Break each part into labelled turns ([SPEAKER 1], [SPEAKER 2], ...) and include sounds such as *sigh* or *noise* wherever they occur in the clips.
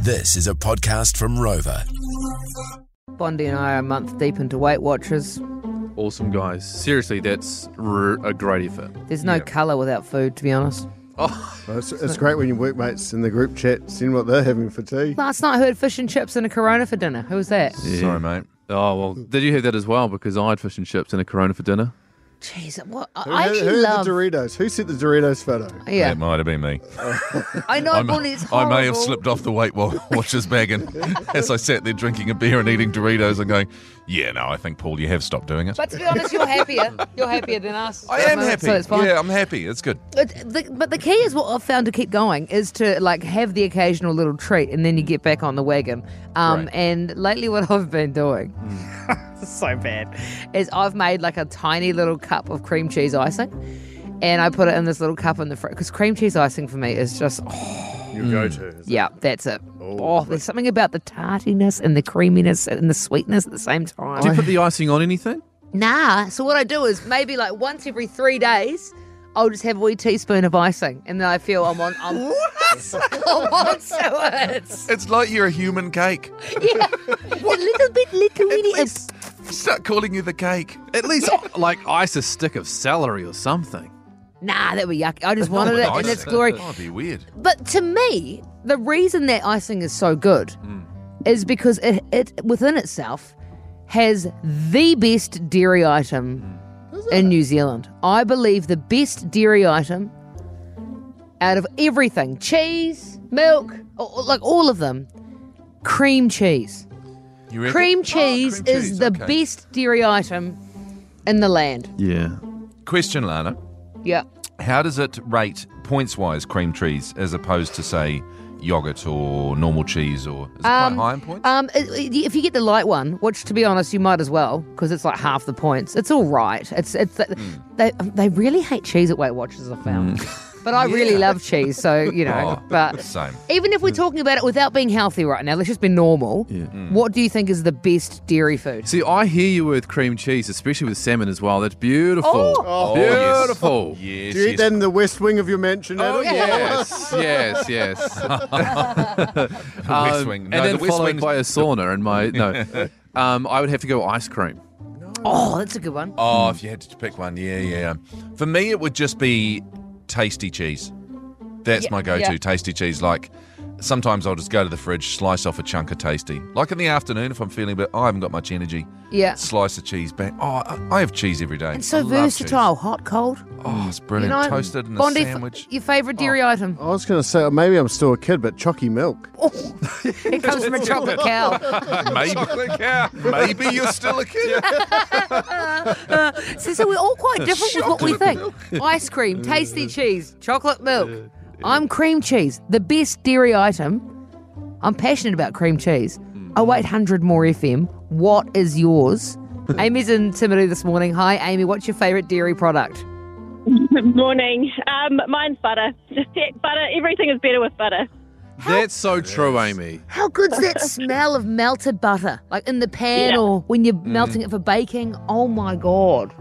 [SPEAKER 1] This is a podcast from Rover.
[SPEAKER 2] Bondi and I are a month deep into Weight Watchers.
[SPEAKER 3] awesome guys. Seriously, that's r- a great effort.
[SPEAKER 2] There's no colour without food, to be honest.
[SPEAKER 4] Well, It's, it's great when your workmates in the group chat send what they're having for tea.
[SPEAKER 2] Last night I heard fish and chips and a Corona for dinner. Who was that?
[SPEAKER 5] Sorry, mate.
[SPEAKER 3] Oh well, did you have that as well? Because I had fish and chips and a Corona for dinner.
[SPEAKER 2] Jeez, what, I
[SPEAKER 4] Who,
[SPEAKER 2] I
[SPEAKER 4] who-
[SPEAKER 2] actually
[SPEAKER 4] who's
[SPEAKER 2] love.
[SPEAKER 4] the Doritos? Who sent the Doritos photo?
[SPEAKER 2] yeah,
[SPEAKER 5] That might have been me.
[SPEAKER 2] I know
[SPEAKER 5] I'm-
[SPEAKER 2] Bondi. It's
[SPEAKER 5] I may have
[SPEAKER 2] horrible.
[SPEAKER 5] slipped off the Weight Wa- *laughs* Watchers bag, and as I sat there drinking a beer and eating Doritos, and going, "Yeah, no, I think Paul, you have stopped doing it."
[SPEAKER 2] But to be honest, you're happier. You're happier than us.
[SPEAKER 5] I am
[SPEAKER 2] So
[SPEAKER 5] happy.
[SPEAKER 2] it's fine.
[SPEAKER 5] Yeah, I'm happy. It's good.
[SPEAKER 2] It, the, but the key is what I've found to keep going is to like have the occasional little treat and then you get back on the wagon. Um,
[SPEAKER 5] Right.
[SPEAKER 2] And lately, what I've been doing, *laughs* so bad, is I've made like a tiny little cup of cream cheese icing. And I put it in this little cup in the fridge because cream cheese icing for me is just, oh,
[SPEAKER 4] Your go to.
[SPEAKER 2] yeah, that's it. Oh, there's something about the tartiness and the creaminess and the sweetness at the same time.
[SPEAKER 3] Do you put the icing on anything?
[SPEAKER 2] Nah. So what I do is maybe like once every three days, I'll just have a wee teaspoon of icing, and then I feel I'm on. I'm, *laughs* I'm on to it.
[SPEAKER 5] It's like you're a human cake.
[SPEAKER 2] Yeah, a little bit, little bitty.
[SPEAKER 5] Start calling you the cake.
[SPEAKER 3] At least like ice a stick of celery or something.
[SPEAKER 2] Nah, that would be yucky. I just wanted it in its glory.
[SPEAKER 5] Oh, That'd be weird.
[SPEAKER 2] But to me, the reason that icing is so good is because it, it within itself has the best dairy item in New Zealand. I believe the best dairy item out of everything cheese, milk, or- or like all of them, cream cheese.
[SPEAKER 5] You reckon?
[SPEAKER 2] Cream
[SPEAKER 5] Oh,
[SPEAKER 2] cheese
[SPEAKER 5] cream
[SPEAKER 2] is
[SPEAKER 5] cheese,
[SPEAKER 2] the
[SPEAKER 5] okay.
[SPEAKER 2] best dairy item in the land.
[SPEAKER 3] Yeah.
[SPEAKER 5] Question, Lana.
[SPEAKER 2] Yeah.
[SPEAKER 5] How does it rate points wise cream cheese as opposed to say yogurt or normal cheese or is it quite high in points?
[SPEAKER 2] Um, i- i- if you get the light one, which to be honest, you might as well because it's like half the points. It's all right. It's it's
[SPEAKER 5] Hmm.
[SPEAKER 2] they um, they really hate cheese at Weight Watchers. I found, *laughs* but I really love cheese, so you know.
[SPEAKER 5] Oh, Hmm.
[SPEAKER 2] but
[SPEAKER 5] same.
[SPEAKER 2] even if we're talking about it without being healthy right now, let's just be normal. What do you think is the best dairy food?
[SPEAKER 3] See, I hear you with cream cheese, especially with salmon as well. That's beautiful.
[SPEAKER 2] Oh.
[SPEAKER 4] Oh,
[SPEAKER 5] yes.
[SPEAKER 3] beautiful.
[SPEAKER 5] *laughs* Yes,
[SPEAKER 4] Do you eat
[SPEAKER 5] yes.
[SPEAKER 4] that in the west wing of your mansion, Adam?
[SPEAKER 3] Oh yes, yes, yes. *laughs*
[SPEAKER 5] West
[SPEAKER 3] Um,
[SPEAKER 5] Wing.
[SPEAKER 3] and
[SPEAKER 5] No,
[SPEAKER 3] then
[SPEAKER 5] the West
[SPEAKER 3] followed
[SPEAKER 5] Wing's-
[SPEAKER 3] by a sauna. And my no,
[SPEAKER 5] *laughs*
[SPEAKER 3] um, I would have to go ice cream.
[SPEAKER 2] Oh, that's a good one.
[SPEAKER 5] Oh,
[SPEAKER 3] Hmm.
[SPEAKER 5] if you had to pick one, yeah, yeah. For me, it would just be tasty cheese. That's
[SPEAKER 2] Yeah,
[SPEAKER 5] my go-to
[SPEAKER 2] yeah.
[SPEAKER 5] tasty cheese. Like sometimes I'll just go to the fridge, slice off a chunk of tasty. Like in the afternoon, if I'm feeling a bit, I haven't got much energy.
[SPEAKER 2] Yeah.
[SPEAKER 5] Slice of cheese back. Oh, I- I have cheese every day.
[SPEAKER 2] It's so
[SPEAKER 5] I love cheese.
[SPEAKER 2] versatile, hot, cold.
[SPEAKER 5] Oh, it's brilliant. Toasted in
[SPEAKER 2] Bondi,
[SPEAKER 5] a
[SPEAKER 2] f-
[SPEAKER 5] sandwich. Oh.
[SPEAKER 2] your favourite dairy item.
[SPEAKER 4] I was going to say, maybe I'm still a kid, but chocky milk.
[SPEAKER 2] It comes from a *laughs* chocolate
[SPEAKER 5] *laughs*
[SPEAKER 2] cow.
[SPEAKER 5] Maybe,
[SPEAKER 2] *laughs*
[SPEAKER 5] maybe you're still a kid.
[SPEAKER 2] So, so we're all
[SPEAKER 5] *laughs*
[SPEAKER 2] quite different with what we think. Ice cream, tasty cheese, chocolate milk. I'm cream cheese, the best dairy item. I'm passionate about cream cheese.
[SPEAKER 5] Hmm.
[SPEAKER 2] 0800 More FM. What is
[SPEAKER 5] *laughs*
[SPEAKER 2] yours? Amy's in Timaru this morning. Hi, Amy. What's your favourite dairy product?
[SPEAKER 6] Good morning. Um, mine's butter. Just get butter. Everything is better with butter.
[SPEAKER 3] That's so true, Amy.
[SPEAKER 2] How good's that smell of melted butter? Like in the pan
[SPEAKER 6] Yeah.
[SPEAKER 2] or when you're
[SPEAKER 5] Hmm.
[SPEAKER 2] melting it for baking? Oh my God.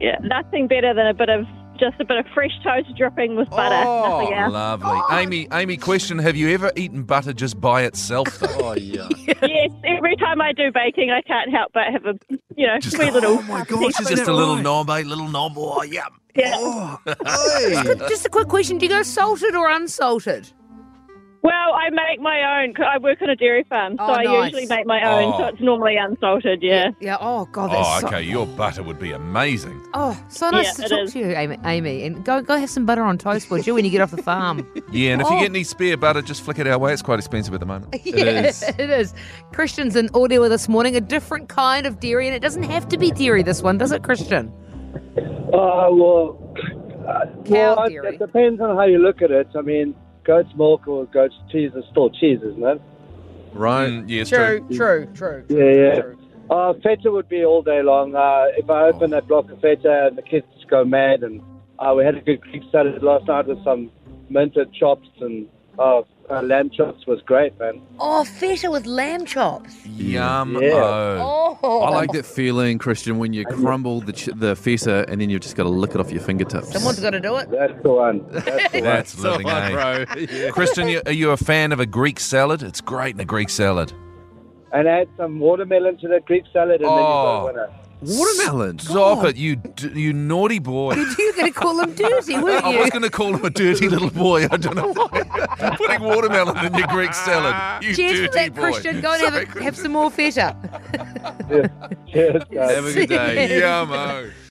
[SPEAKER 6] Yeah, nothing better than a bit of just a bit of fresh toast dripping with butter.
[SPEAKER 5] Oh.
[SPEAKER 6] nothing else.
[SPEAKER 5] Lovely. Amy, Amy, question: Have you ever eaten butter just by itself? Though?
[SPEAKER 2] *laughs*
[SPEAKER 5] oh yeah.
[SPEAKER 6] yes, every time I do baking, I can't help but have a you know
[SPEAKER 5] Just,
[SPEAKER 6] wee little.
[SPEAKER 5] oh my gosh, it's just a little knob, a little knob. Oh yeah.
[SPEAKER 6] Yeah.
[SPEAKER 2] Just a quick question. Do you go salted or unsalted?
[SPEAKER 6] Well, I make my own. 'cause I work on a dairy farm, so
[SPEAKER 2] Oh,
[SPEAKER 6] I
[SPEAKER 2] nice.
[SPEAKER 6] usually make my own.
[SPEAKER 5] Oh.
[SPEAKER 6] So it's normally unsalted. Yeah.
[SPEAKER 2] Yeah. Oh God. That's
[SPEAKER 5] Oh,
[SPEAKER 2] so-
[SPEAKER 5] okay. Your butter would be amazing.
[SPEAKER 2] Oh, so nice
[SPEAKER 6] Yeah,
[SPEAKER 2] to
[SPEAKER 6] it
[SPEAKER 2] talk
[SPEAKER 6] is.
[SPEAKER 2] to you, Amy. Amy, and go go have some butter on toast, would you, when you get off the farm? *laughs*
[SPEAKER 5] Yeah, and if you
[SPEAKER 2] Oh.
[SPEAKER 5] get any spare butter, just flick it our way. It's quite expensive at the moment.
[SPEAKER 3] is.
[SPEAKER 2] it is. Christian's in audio this morning. A different kind of dairy, and it doesn't have to be dairy. This one, does it, Christian?
[SPEAKER 7] Oh, well, uh,
[SPEAKER 2] Cow
[SPEAKER 7] well, it-
[SPEAKER 2] dairy.
[SPEAKER 7] it depends on how you look at it. I mean, goat's milk or goat's cheese is still cheese, isn't it?
[SPEAKER 3] Right.
[SPEAKER 5] Mm, yes, true.
[SPEAKER 2] true, true.
[SPEAKER 7] Yeah, yeah. Uh, feta would be all day long. Uh, if I open that block of feta and the kids go mad, and uh, we had a good Greek salad last night with some minted chops, and uh, uh, lamb chops was great, man.
[SPEAKER 2] Oh, feta with lamb chops.
[SPEAKER 5] Yum.
[SPEAKER 7] Yeah.
[SPEAKER 5] Oh.
[SPEAKER 2] Oh,
[SPEAKER 3] I like that feeling, Christian, when you crumble the ch- the feta and then you've just got to lick it off your fingertips.
[SPEAKER 2] Someone's got to do *laughs* it.
[SPEAKER 7] That's the one.
[SPEAKER 5] *laughs*
[SPEAKER 7] That's the one.
[SPEAKER 5] That's living, eh?
[SPEAKER 3] bro.
[SPEAKER 5] Kristen, you- are you a fan of a Greek salad? It's great in a Greek salad.
[SPEAKER 7] And add some watermelon to the Greek salad, and
[SPEAKER 5] Oh.
[SPEAKER 7] then you got a winner.
[SPEAKER 3] Watermelon.
[SPEAKER 5] Stop it, you d- you naughty boy.
[SPEAKER 2] You're going to call him dirty, weren't
[SPEAKER 5] *laughs* I was
[SPEAKER 2] you?
[SPEAKER 5] going to call him a dirty little boy. I don't
[SPEAKER 2] *laughs*
[SPEAKER 5] know why. Putting watermelon in your Greek salad. You
[SPEAKER 2] Cheers
[SPEAKER 5] dirty
[SPEAKER 2] for that,
[SPEAKER 5] boy.
[SPEAKER 2] Christian. Go and have,
[SPEAKER 5] Sorry,
[SPEAKER 2] a, have some more feta.
[SPEAKER 7] Cheers, guys.
[SPEAKER 3] Have a good day.
[SPEAKER 2] *laughs*
[SPEAKER 5] Christian. Yummo.